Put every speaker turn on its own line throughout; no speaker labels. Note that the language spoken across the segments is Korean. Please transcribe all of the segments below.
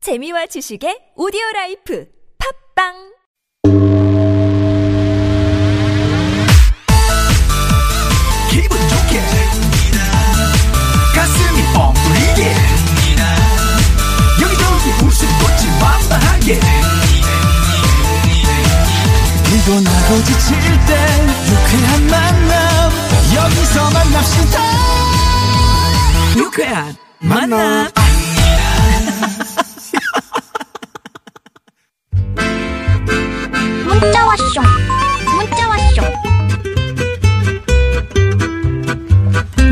재미와 지식의 오디오 라이프 팝빵
기분 좋게 가슴이 뻥 뚫리게 여기저기 웃음 꽃이 만만하게 피곤하고 지칠 땐 유쾌한 만남 여기서 만납시다 유쾌한 만남
문자 왔쇼 문자 왔쇼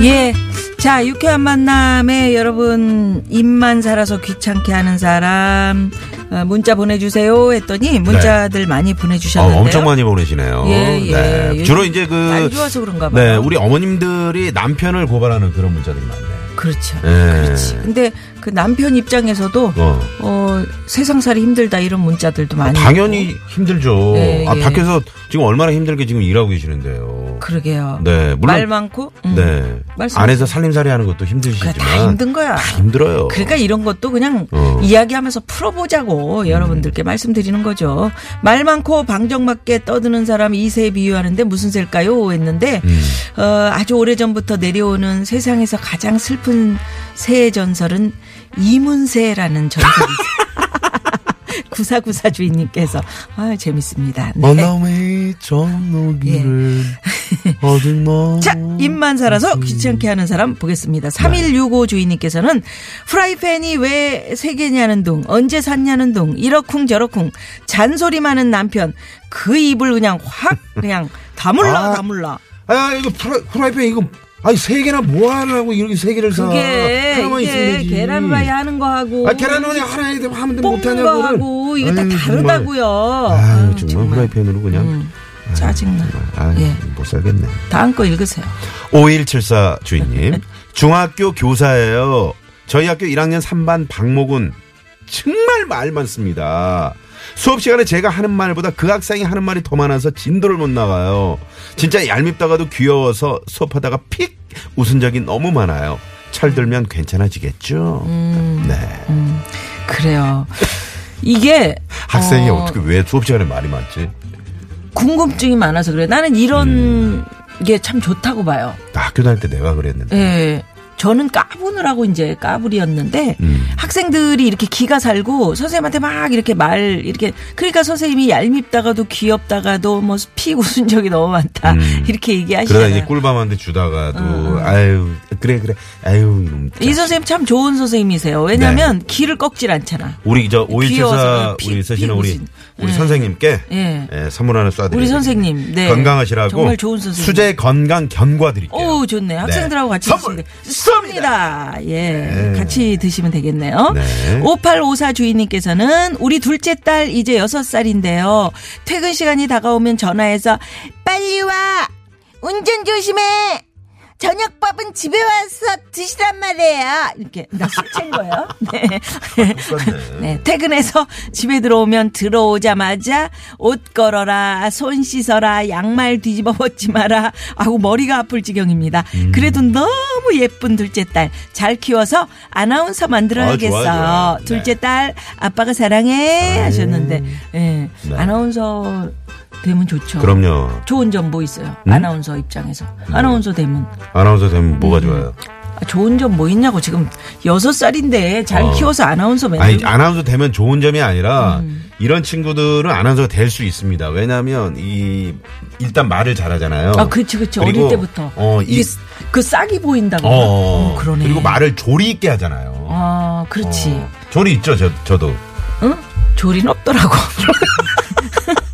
예. 자, 유쾌한 만남에 여러분 입만 살아서 귀찮게 하는 사람 어, 문자 보내주세요 했더니 문자들 많이
네. 어,
보내주셨는데요.
엄청 많이 보내시네요.
예, 예. 요즘
주로 이제 그.
날 좋아서 그런가 봐요.
네, 우리 어머님들이 남편을 고발하는 그런 문자들이 많네요.
그렇죠.
예.
그렇지. 근데 그 남편 입장에서도 어,
어.
세상살이 힘들다 이런 문자들도 많이.
당연히
있고.
힘들죠.
예,
아,
예.
밖에서 지금 얼마나 힘들게 지금 일하고 계시는데요.
그러게요.
네, 물론.
말 많고. 음.
네.
말씀하세요.
안에서 살림살이 하는 것도
그러니까
힘드시지만.
다 힘든 거야.
다 힘들어요.
그러니까 이런 것도 그냥
그렇죠. 어. 음.
이야기하면서 풀어보자고 여러분들께 말씀드리는 거죠. 말 많고 방정맞게 떠드는 사람 이세 비유하는데 무슨 새일까요? 했는데
음.
어, 아주 오래전부터 내려오는 세상에서 가장 슬픈 새의 전설은 이문세라는 전설이 있어요. 구사구사 주인님께서 아 재밌습니다. 네. 예.
만남의 전노기를 어딜 뭐
자, 입만 살아서
음.
귀찮게 하는 사람 보겠습니다.
네.
3165 주인님께서는 프라이팬이 왜 세 개냐는 둥, 언제 샀냐는 둥, 이러쿵 저러쿵, 잔소리 많은 남편, 그 입을 그냥 확, 그냥 다물라,
아,
다물라.
아, 이거 프라, 프라이팬 이거. 아니, 세 개나 뭐 하려고 이렇게 세 개를 사.
그게,
하나만 있으면
이게
되지.
계란후라이 하는 거 하고,
아, 계란후라이 하나 해도 하면
뽑는
못하냐고.
거 하고, 이게 다
아유, 정말.
다르다고요.
아유,
아유,
정말 프라이팬으로 그냥.
음, 짜증나.
아,
예.
못 살겠네.
다음 거 읽으세요.
5174 주인님. 중학교 교사예요. 저희 학교 1학년 3반 박목은 정말 말 많습니다. 수업 시간에 제가 하는 말보다 그 학생이 하는 말이 더 많아서 진도를 못 나가요. 진짜 얄밉다가도 귀여워서 수업하다가 픽 웃은 적이 너무 많아요. 철들면 괜찮아지겠죠? 네.
그래요. 이게.
학생이
어,
어... 떻게왜 수업 시간에 말이 많지?
궁금증이 많아서 그래. 나는 이런
음.
게 참 좋다고 봐요.
나 학교 다닐 때 내가 그랬는데.
예. 저는 까부느라고 이제 까불이었는데
음.
학생들이 이렇게 기가 살고 선생님한테 막 이렇게 말 이렇게 그러니까 선생님이 얄밉다가도 귀엽다가도 뭐 피 웃은 적이 너무 많다
음.
이렇게
그러다 이제
얘기하시잖아요.
꿀밤한테 주다가도 아유 그래 그래 아유 이놈
이 선생님 참 좋은 선생님이세요. 왜냐하면
네.
귀를 꺾질 않잖아.
우리 저
귀여워서
오일체사
피-
우리 쓰시는
피
우리
웃음.
우리
예.
선생님께
예.
예, 선물 하나 쏴드릴게요.
우리 선생님, 네.
건강하시라고
정말 좋은 선생님.
수제 건강 견과 드릴게요.
오 좋네. 학생들하고 같이
선물
드시면 돼. 쏩니다. 예. 같이 드시면 되겠네요.
네.
5854 주인님께서는 우리 둘째 딸 이제 6살인데요. 퇴근 시간이 다가오면 전화해서 빨리 와. 운전 조심해. 저녁밥은 집에 와서 드시란 말이에요. 이렇게 나술챈 거예요. 네. 네, 퇴근해서 집에 들어오면 들어오자마자 옷 걸어라, 손 씻어라, 양말 뒤집어 벗지 마라. 아우 머리가 아플 지경입니다.
음.
그래도 너무 예쁜 둘째 딸 잘 키워서 아나운서 만들어야겠어.
아, 좋아, 좋아. 네.
둘째 딸 아빠가 사랑해 하셨는데, 예,
네.
아나운서 되면 좋죠.
그럼요. 음? 네.
좋은 점 뭐 있어요? 아나운서 입장에서 아나운서 되면
아나운서 되면 뭐가 좋아요?
아, 좋은 점 뭐 있냐고 지금 여섯 살인데 잘
어.
키워서 아나운서 맨날
아니 아나운서 되면 좋은 점이 아니라
음.
이런 친구들은 아나운서가 될 수 있습니다. 왜냐하면 이 일단 말을 잘하잖아요.
아, 그렇지, 그렇지. 어릴
그리고,
때부터.
어, 이-
이게 스- 그 싹이 보인다고.
어, 어,
어, 그러네.
그리고 말을 조리 있게 하잖아요.
아, 그렇지.
어, 조리 있죠, 저, 저도.
응? 조리는 없더라고.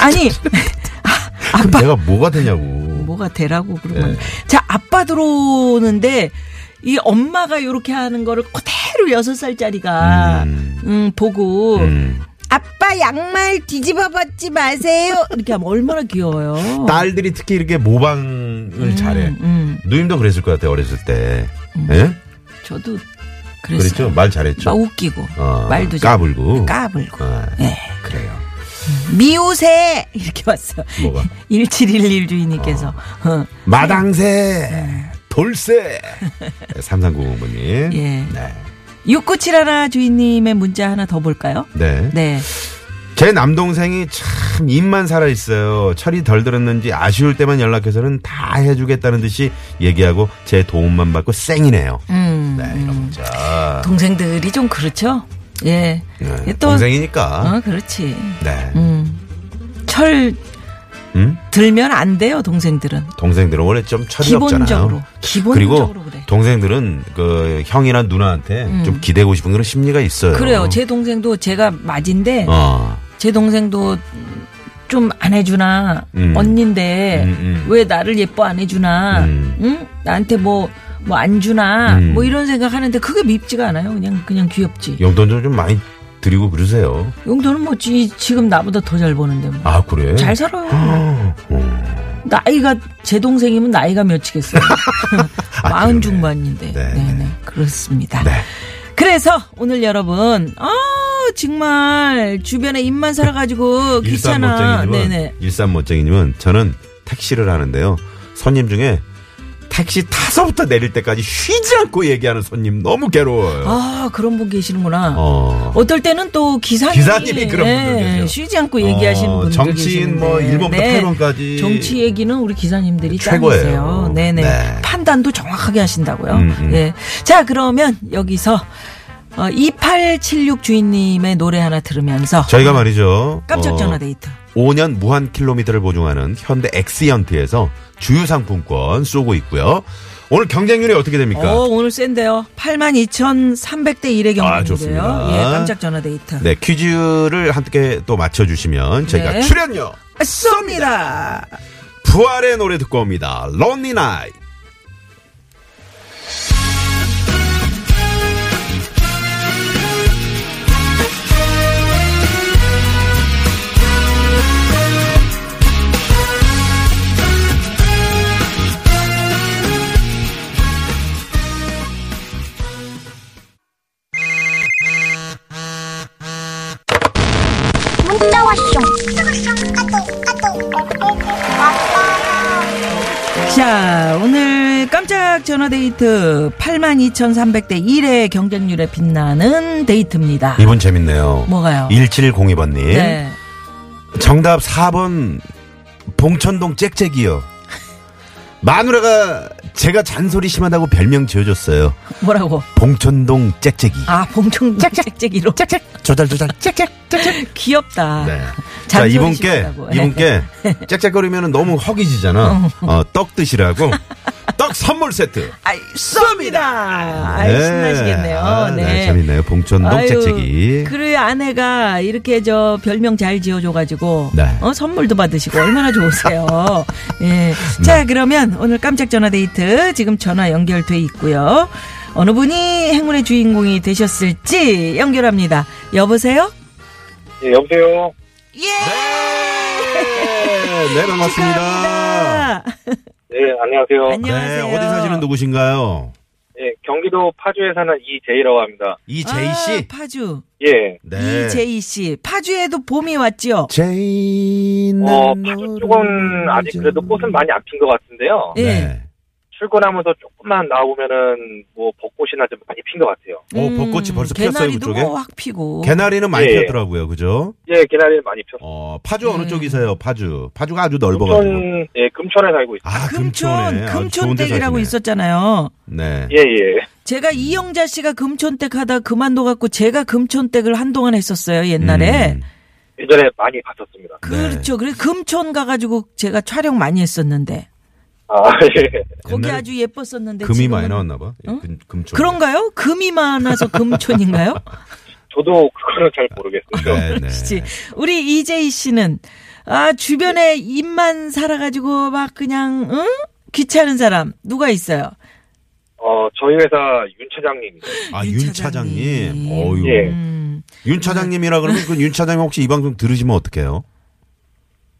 아니, 아,
그럼
아빠
내가 뭐가 되냐고.
뭐가 되라고 그러면.
네.
자, 아빠 들어오는데 이 엄마가 요렇게 하는 거를 그대로 여섯 살짜리가 음.
음.
보고
음.
아빠 양말 뒤집어 벗지 마세요. 이렇게 하면 얼마나 귀여워요.
딸들이 특히 이렇게 모방을 잘해.
어. 음.
누님도 그랬을 것 같아요, 어렸을 때. 예?
저도
그랬죠?
음. 그랬어요. 아,
말 잘했죠?
막 웃기고
어,
말도 잘-
까불고.
까불고.
어,
예.
그래요.
미우새 이렇게 왔어요.
뭐가?
1711 주인님께서 어,
마당새, 돌새. 3390번님.
네. 예.
네.
6971 주인님의 문자 하나 더 볼까요?
네.
네.
제 남동생이 참 입만 살아있어요. 철이 덜 들었는지 아쉬울 때만 연락해서는 다 해주겠다는 듯이 얘기하고 제 도움만 받고 쌩이네요.
음.
네, 이런 문자.
동생들이 좀 그렇죠? 예.
네,
또-
동생이니까.
어, 그렇지.
네.
음. 철
음?
들면 안 돼요, 동생들은.
어. 동생들은 원래 좀 철이
기본적으로.
없잖아요.
기본적으로
그리고
그래. 음.
동생들은 그 형이나 누나한테 좀 기대고 싶은 그런 심리가 있어요.
그래요. 제 동생도 제가 맞인데
어.
제 동생도 좀 안 해주나
음.
언닌데
음, 음.
왜 나를 예뻐 안 해주나
음.
응? 나한테 뭐 뭐 안 주나
음.
뭐 이런 생각하는데 그게 밉지가 않아요 그냥 그냥 귀엽지
용돈 좀 많이 드리고 그러세요.
용돈은 뭐 지, 지금 나보다 더 잘 버는데 뭐.
아, 어. 그래?
잘 살아요 나이가 제 동생이면 나이가 몇이겠어요 마흔 중반인데
아, 네,
네네
네.
그렇습니다
네.
그래서 오늘 여러분 아 정말 주변에 입만 살아가지고
일산
어, 귀찮아
멋쟁이님은
네네
일산 멋쟁이님은 저는 택시를 하는데요. 손님 중에 택시 타서부터 내릴 때까지 쉬지 않고 얘기하는 손님 너무 괴로워요.
아 그런 분 계시는구나.
어.
어떨 때는 또 기사님이, 네,
기사님이 그런 분들 계세요.
쉬지 않고 얘기하시는
어,
분들
정치인
계시는데. 네.
뭐 1번부터 8번까지.
정치 얘기는 우리 기사님들이
최고예요.
짱이세요. 네네
네.
판단도 정확하게 하신다고요.
음, 음.
예. 자 그러면 여기서 어, 2876 주인님의 노래 하나 들으면서
저희가 말이죠.
깜짝
어,
전화 데이트.
5년 무한 킬로미터를 보증하는 현대 엑시언트에서 주유 상품권 쏘고 있고요. 오늘 경쟁률이 어떻게 됩니까?
어, 오늘 센데요. 82,300대 1의 경쟁인데요.
그러니까. 아, 좋습니다.
예, 깜짝 전화 데이트.
네, 퀴즈를 함께 또 맞춰 주시면 저희가
네.
출연료
쏩니다.
부활의 노래 듣고 옵니다. 론리 나이.
문자 왔쇼 까똑 까똑
자, 오늘 깜짝 전화 데이트 82,300대 1의 경쟁률에 빛나는 데이트입니다.
이분 재밌네요.
뭐가요?
1702번님.
네.
정답 4번 봉천동 짹짹이요. 마누라가 제가 잔소리 심하다고 별명 지어줬어요.
뭐라고?
봉천동 짹짹이.
아, 봉충 짝짝짝이로. 짝짝.
조달 조달 짹짹.
귀엽다.
네. 자
아, 잔소리
이분께
심하다고. 네. 음.
이분께 짹짹거리면 너무 허기지잖아. 어, 떡 드시라고 떡 선물 세트.
아이, 쏩니다. 아이,
네.
신나시겠네요.
아,
네.
재밌네요. 봉천동
아유,
짹짹이.
그래 아내가 이렇게 저 별명 잘 지어줘가지고
네.
어, 선물도 받으시고 얼마나 좋으세요. 예.
네.
자 그러면 오늘 깜짝 전화 데이트 지금 전화 연결돼 있고요. 어느 분이 행운의 주인공이 되셨을지 연결합니다. 여보세요.
예, 여보세요.
예.
네, 네, 반갑습니다.
축하합니다.
예, 안녕하세요.
네,
안녕하세요.
어디 사시는 누구신가요?
예, 경기도 파주에 사는 이재희라고 합니다.
이제이 씨.
아, 파주
예.
네.
이제이 씨 파주에도 봄이 왔지요.
제이는
음,
어, 파주 쪽은 아직 그래도 꽃은 많이 안 핀 것 같은데요.
예.
네.
출근하면서 조금만 나와보면은 뭐 벚꽃이나 좀 많이 핀 것 같아요.
어, 벚꽃이 벌써 피었어요,
음, 개나리도 뭐
그쪽에?
확 피고.
개나리는 많이
예.
피었더라고요, 그죠?
예, 개나리 많이 폈어요.
어, 파주
음.
어느 쪽이세요, 파주? 파주가 아주 넓어가지고.
금천, 예, 금천에 살고 있어요.
아, 금촌에.
금촌 금촌댁이라고
있어.
있었잖아요.
네.
예, 예.
제가 이영자 씨가 금촌댁 하다 그만둬갖고 제가 금촌댁을 한동안 했었어요 옛날에.
음.
예전에 많이 갔었습니다.
그렇죠. 그래 금촌 가가지고 제가 촬영 많이 했었는데
아, 예.
거기
옛날에
아주 예뻤었는데
금이
네, 지금은- 어?
많이 나왔나봐. 금, 금촌.
그런가요? 금이 많아서 금촌인가요?
저도 그거는 잘 모르겠어요.
네, 네.
그렇지. 우리 이재희 씨는 아 주변에 입만 살아가지고 막 그냥 응 귀찮은 사람 누가 있어요?
어, 저희 회사 윤 차장님.
아,
윤
윤
차장님.
차장님. 어유.
예.
음.
윤 차장님이라 그러면 그 윤 차장님 혹시 이 방송 들으시면 어떡해요?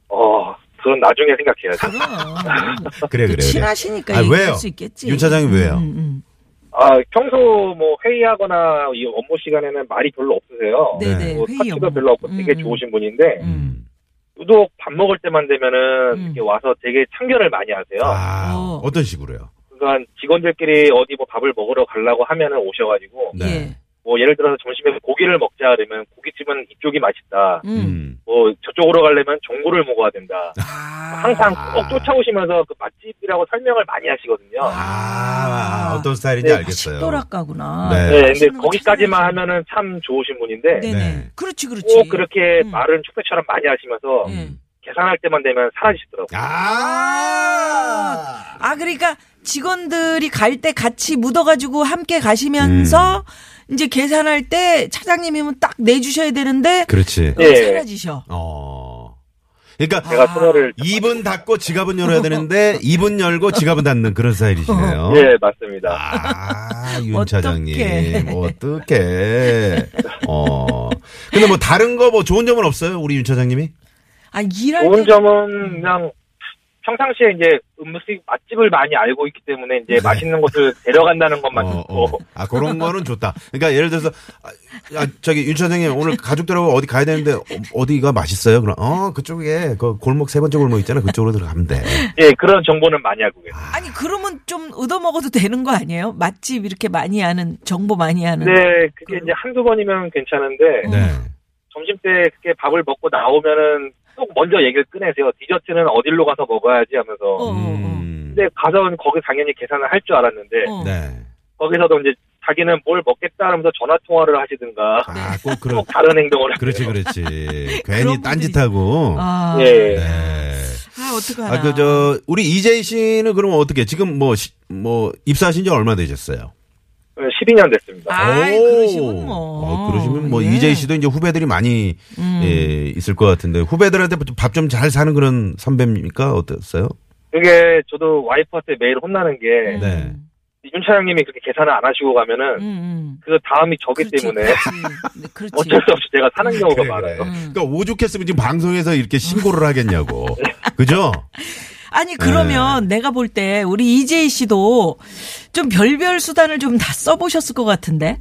어, 그건 나중에 생각해야죠.
그럼.
그래, 그래, 그래.
친하시니까
아,
얘기할
왜요?
수 있겠지.
윤 차장님 왜요?
음, 음.
아, 평소 뭐 회의하거나 이 업무 시간에는 말이 별로 없으세요.
네네.
뭐
회의
파티가
업무.
별로 없고 되게
음,
좋으신 분인데
음.
유독 밥 먹을 때만 되면은
음.
이렇게 와서 되게 참견을 많이 하세요.
아,
어.
어떤 식으로요?
그러니까 직원들끼리 어디 뭐 밥을 먹으러 가려고 하면은 오셔가지고
네.
예.
뭐 예를 들어서 점심에 고기를 먹자 그러면 고깃집은 이쪽이 맛있다.
음.
음.
뭐 저쪽으로 가려면 종고를 먹어야 된다. 항상
아.
꼭 쫓아오시면서 그 맛집이라고 설명을 많이 하시거든요.
아.
아, 어떤 스타일인지
네.
알겠어요.
식도락가구나.
네.
네, 근데
맛있는 거
거기까지만
찾아내시네.
하면은 참 좋으신 분인데
네네.
네.
그렇지, 그렇지.
꼭 그렇죠. 그렇게
음.
말은 축배처럼 많이 하시면서
음.
계산할 때만 되면 사라지시더라고요.
아.
아, 그러니까 직원들이 갈 때 같이 묻어가지고 함께 가시면서
음.
이제 계산할 때 차장님이면 딱 내주셔야 되는데
그렇지.
네.
사라지셔.
어. 그러니까
아.
제가 전화를
입은 닫고 지갑은 열어야 되는데 입은 열고 지갑은 닫는 그런 스타일이시네요.
어?
예 맞습니다.
아, 윤
어떡해.
차장님. 어떡해. 어. 근데 뭐 다른 거 뭐 좋은 점은 없어요? 우리 윤 차장님이?
아, 일할 때.
좋은 점은 그냥 평상시에 이제 음식 맛집을 많이 알고 있기 때문에
네.
이제 맛있는 곳을 데려간다는 것만
어,
좋고
어. 아, 그런 거는 좋다. 그러니까 예를 들어서, 아, 아, 저기 윤 차장님 오늘 가족들하고 어디 가야 되는데 어, 디가 맛있어요? 그럼, 어, 그쪽에, 그 골목 세 번째 골목 있잖아. 그쪽으로 들어가면 돼.
예 그런 정보는 많이 알고 계세요.
아니, 그러면 좀 얻어먹어도 되는 거 아니에요? 맛집 이렇게 많이 하는, 정보 많이 하는.
근데 그게 이제 한두 번이면
어. 음.
괜찮은데
네.
점심 때 그렇게 밥을 먹고 나오면은 꼭 먼저 얘기를 꺼내세요. 디저트는 어디로 가서 먹어야지 하면서.
어, 어, 어.
음.
근데 가서는 거기 당연히 계산을 할 줄 알았는데
어.
네.
거기서도 이제 자기는 뭘 먹겠다 하면서 전화 통화를 하시든가
아, 꼭 그런.
꼭 다른 행동을 하세요.
그렇지, 그렇지.
네. 그런
괜히 딴짓하고.
아,
예.
네.
아, 어떡하나.
아, 그, 저, 우리 이재희 씨는 그럼 어떻게, 지금 뭐, 시- 뭐, 입사하신 지 얼마 되셨어요?
예. 12년 됐습니다.
아이,
오.
그러시면 뭐.
어, 그러시면 뭐,
예. 음.
이재희 씨도 이제 후배들이 많이, 예, 있을 것 같은데, 후배들한테 밥 좀 잘 사는 그런 선배입니까? 어땠어요?
그게 저도 와이프한테 매일 혼나는 게
네.
윤차장님이 그렇게 계산을 안 하시고 가면은
음, 음.
그 다음이 저기
그렇지,
때문에
그렇지. 네, 그렇지.
어쩔 수 없이 제가 사는 경우가
그래,
많아요.
그래.
음.
그러니까 오죽했으면 지금 방송에서 이렇게 신고를 하겠냐고. 그죠?
아니
음.
그러면 내가 볼 때 우리 이재희 씨도 좀 별별 수단을 좀 다 써보셨을 것 같은데.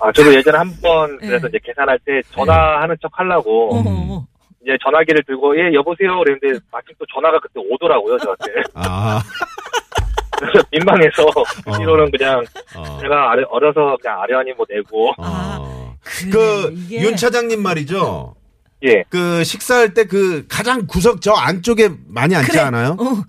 아 저도 예전에 한 번 그래서
네.
이제 계산할 때 전화하는 척 하려고
어.
이제 전화기를 들고 예 여보세요 그랬는데 마침 또 전화가 그때 오더라고요 저한테
아,
그래서 민망해서
어.
뒤로는 그냥
어.
제가 아래- 어려서 그냥 아련히 뭐 내고
어.
아, 그래,
그,
이게-
윤 차장님 말이죠.
예
그, 식사할 때 그, 가장 구석 저 안쪽에 많이 앉지
그래.
않아요?
어,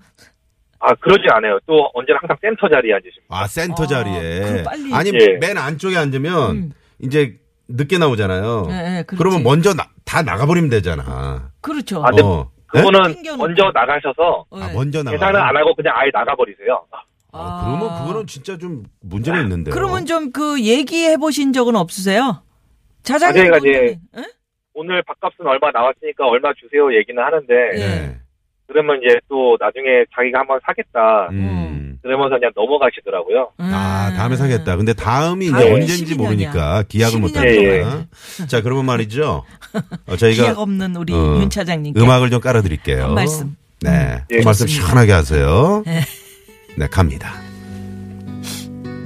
아, 그러지 않아요. 또 언제나 항상 센터 자리에 앉으십니다.
아 센터
아,
자리에
그럼 빨리.
아니
예.
맨 안쪽에 앉으면 이제 늦게 나오잖아요.
음. 예, 예, 그렇지.
음. 어. 그러면 먼저 나- 다 나가버리면 되잖아.
그렇죠.
아, 네.
어. 예?
그거는
튕겨놓고.
먼저 나가셔서
어,
아, 먼저 나가.
계산을 안 하고 그냥 아예 나가버리세요.
아, 그러면 그거는 진짜 좀 문제가 있는데요.
아, 그러면 좀 그 얘기해 보신 적은 없으세요? 자장님. 예?
자기가 아, 이제- 오늘 밥값은 얼마 나왔으니까 얼마 주세요 얘기는 하는데
예.
네.
그러면 이제 또 나중에 자기가 한번 사겠다
음.
그러면서 그냥 넘어가시더라고요.
아
예.
다음에 사겠다. 근데 다음이 이제
다음에
언제인지
12년 이야.
모르니까 기약을 못
12년
하잖아.
예,
자 그러면 말이죠. 어,
기약
저희가
없는 우리
어,
윤 차장님께
음악을 좀 깔아드릴게요.
한 말씀. 음.
네.
예.
한 말씀
좋습니다.
시원하게 하세요.
네.
네 갑니다.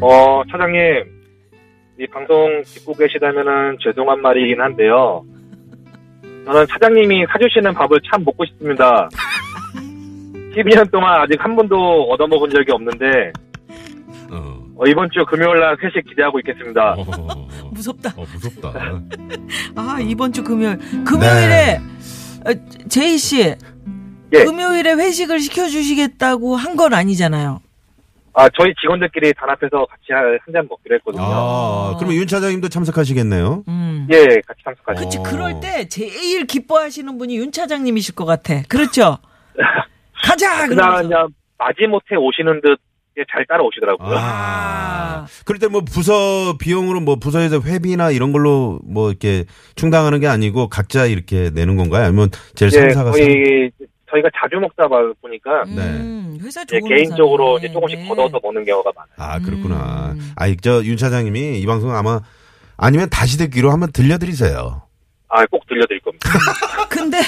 어 차장님 이 방송 듣고 계시다면은 죄송한 말이긴 한데요. 저는 차장님이 사주시는 밥을 참 먹고 싶습니다. 12년 동안 아직 한 번도 얻어먹은 적이 없는데
어.
어, 이번 주 금요일 날 회식 기대하고 있겠습니다.
어.
무섭다.
어, 무섭다.
아 이번 주 금요일 금요일에 어, 제이 씨
예.
금요일에 회식을 시켜주시겠다고 한 건 아니잖아요.
아, 저희 직원들끼리 단합해서 같이 한 잔 먹기로 했거든요.
아, 그러면 윤 차장님도 참석하시겠네요.
음.
예, 같이 참석하죠.
그치
어.
그럴 때 제일 기뻐하시는 분이 윤 차장님이실 것 같아. 그렇죠. 가자
그날
그러면서.
그냥 마지못해 오시는 듯 잘 따라오시더라고요.
아.
아.
그럴 때 뭐 부서 비용으로 뭐 부서에서 회비나 이런 걸로 뭐 이렇게 충당하는 게 아니고 각자 이렇게 내는 건가요? 아니면 제일
예,
상사가 상-
거의 저희가 자주 먹다 봐- 보니까
음, 회사
예,
좋은
개인적으로
회사네.
이제 조금씩 걷어서 먹는 경우가 많아요.
아, 그렇구나.
음.
아, 저 윤 차장님이 이 방송 아마 아니면 다시 듣기로 한번 들려드리세요.
아, 꼭 들려드릴 겁니다.
아, 근데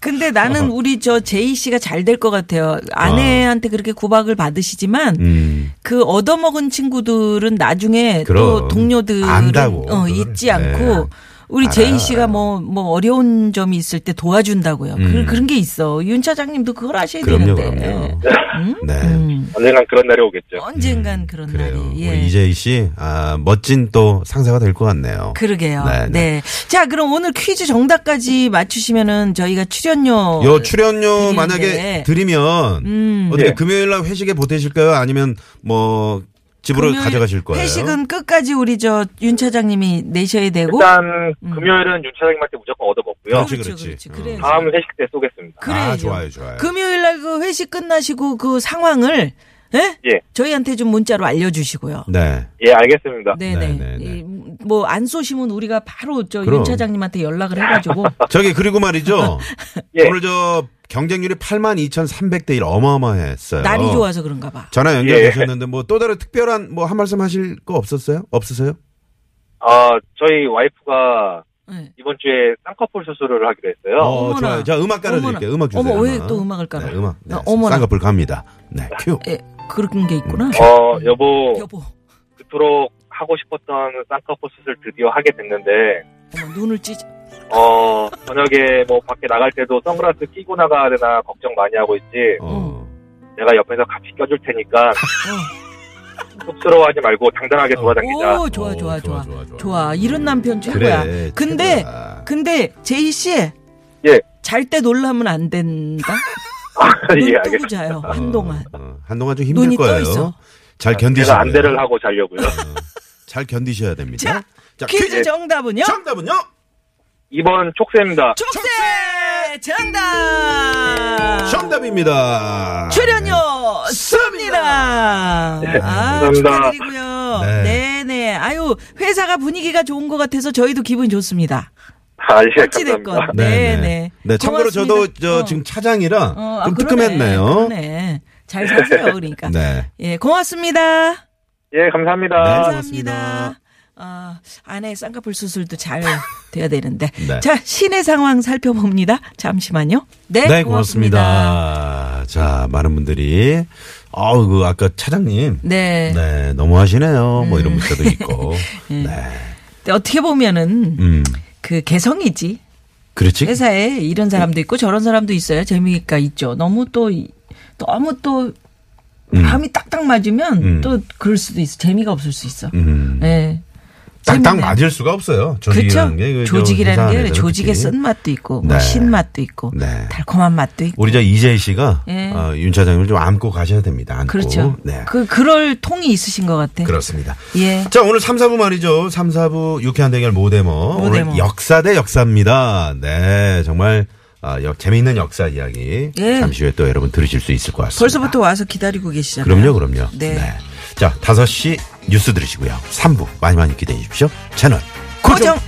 근데 나는 우리 저 제이 씨가 잘 될 것 같아요. 아내한테 그렇게 구박을 받으시지만
음.
그 얻어먹은 친구들은 나중에
그럼.
또 동료들은
안다고,
어,
그거를.
잊지 않고
네.
우리
알아요,
제이 씨가
알아요.
뭐 뭐 어려운 점이 있을 때 도와준다고요.
음.
그, 런게 있어. 윤 차장님도 그걸 아셔야
그럼요,
되는데.
그럼요.
네, 음?
네.
음.
언젠간 그런 날이
어,
오겠죠.
언젠간 그런
음, 그래요.
날이. 예.
우리 이재희 씨, 아, 멋진 또 상사가 될 것 같네요.
그러게요.
네,
네,
네.
자, 그럼 오늘 퀴즈 정답까지 맞추시면은 저희가 출연료.
요 출연료
드리는데.
만약에 드리면
음.
어떻게
예.
금요일 날 회식에 보태실까요? 아니면 뭐 집으로
금요일
가져가실 거예요? 아,
회식은 끝까지 우리 저 윤 차장님이 내셔야 되고. 음.
일단 금요일은 윤 차장님한테 무조건 얻어먹고요.
그렇지, 그렇지.
그렇죠, 그렇지.
어.
그래요.
다음 회식 때 쏘겠습니다.
그래요.
아, 좋아요, 좋아요.
금요일 날 그 회식 끝나시고 그 상황을 예?
예.
저희한테 좀 문자로 알려 주시고요.
네.
예, 알겠습니다.
네, 네,
네네.
네.
뭐 안 쏘시면 우리가 바로 저
그럼.
윤 차장님한테 연락을 해가지고
저기 그리고 말이죠.
예.
오늘 저 경쟁률이 82,300대 1 어마어마했어요.
날이 좋아서 그런가 봐.
전화
예.
연결되셨는데 뭐 또 다른 특별한 뭐 한 말씀 하실 거 없었어요? 없으세요?
아, 저희 와이프가
네.
이번 주에 쌍꺼풀 수술을 하기로 했어요.
어,
어머나.
좋아요. 자, 음악 깔아드릴게요.
어머나.
음악 주세요.
어머, 왜 또 음악을 깔아요?
네, 음악. 네,
아, 어머나.
쌍꺼풀 갑니다. 네, 큐.
예, 그런 게 있구나.
음.
어, 여보,
여보,
그토록 하고 싶었던 쌍꺼풀 수술 드디어 하게 됐는데,
어머, 눈을 찢어.
어, 저녁에 뭐 밖에 나갈 때도 선글라스 끼고 나가야 되나 걱정 많이 하고 있지.
어.
내가 옆에서 같이 껴줄 테니까,
어.
쑥스러워하지 말고 당당하게 돌아다니자.
오, 좋아, 좋아,
어,
좋아,
좋아, 좋아.
좋아. 이런 남편 최고야.
그래.
근데
최고야.
근데 제이 씨,
예.
잘 때 놀라면 안 된다.
예,
눈 뜨고
알겠습니다.
자요 한동안.
어, 어. 한동안 좀 힘들
눈이 떠
거예요.
있어.
잘 견디셔야
제가
돼요.
안대를 하고 자려고요.
잘 견디셔야 됩니다.
자,
자,
퀴즈 정답은요?
정답은요?
2번 촉새입니다.
족쇄 정답.
정답입니다.
출연료 씁니다.
네,
아,
감사합니다.
축하드리고요.
네.
네. 네 아유, 회사가 분위기가 좋은 것 같아서 저희도 기분 좋습니다.
아, 예,
어찌됐건.
감사합니다.
네, 네.
네,
네.
네.
참고로
고맙습니다.
저도 저
어.
지금 차장이라
어, 아,
좀
그러네.
뜨끔했네요.
그러네. 잘 사세요, 그러니까.
네.
예, 고맙습니다.
예, 감사합니다.
감사합니다. 아, 아내 쌍꺼풀 수술도 잘 돼야 되는데.
네.
자, 시내 상황 살펴봅니다. 잠시만요. 네,
네, 고맙습니다. 자, 많은 분들이 아우 그 아까 차장님
네. 음.
네, 너무하시네요. 뭐 이런 문자도 있고. 네.
근데 어떻게 보면은
음.
그 개성이지.
그렇지?
회사에
네.
이런 사람도 있고 저런 사람도 있어요. 재미가 있죠. 너무 또 이- 너무 또 마음이 딱딱 맞으면
음.
또 그럴 수도 있어. 재미가 없을 수 있어.
음.
예.
딱딱
재미는-
맞을 수가 없어요. 조직이라는
그렇죠.
게. 그 회사
조직이라는 게
안에서는
조직의
특히.
쓴맛도 있고
네.
뭐 신맛도 있고
네.
달콤한 맛도 있고.
우리 저 이재희 씨가
예.
어, 윤 차장님을 좀 안고 가셔야 됩니다. 안고.
그렇죠.
네.
그 그럴 통이 있으신 것 같아.
그렇습니다.
예.
자, 오늘 3, 4부 말이죠. 3, 4부 유쾌한 대결 모데모.
모데모.
오늘 역사 대 역사입니다. 네, 정말 아, 역, 재미있는 역사 이야기.
예.
잠시 후에 또 여러분 들으실 수 있을 것 같습니다.
벌써부터 와서 기다리고 계시잖아요.
그럼요, 그럼요.
네.
자, 5시 뉴스 들으시고요. 3부 많이 많이 기대해 주십시오. 채널 고정.
고정.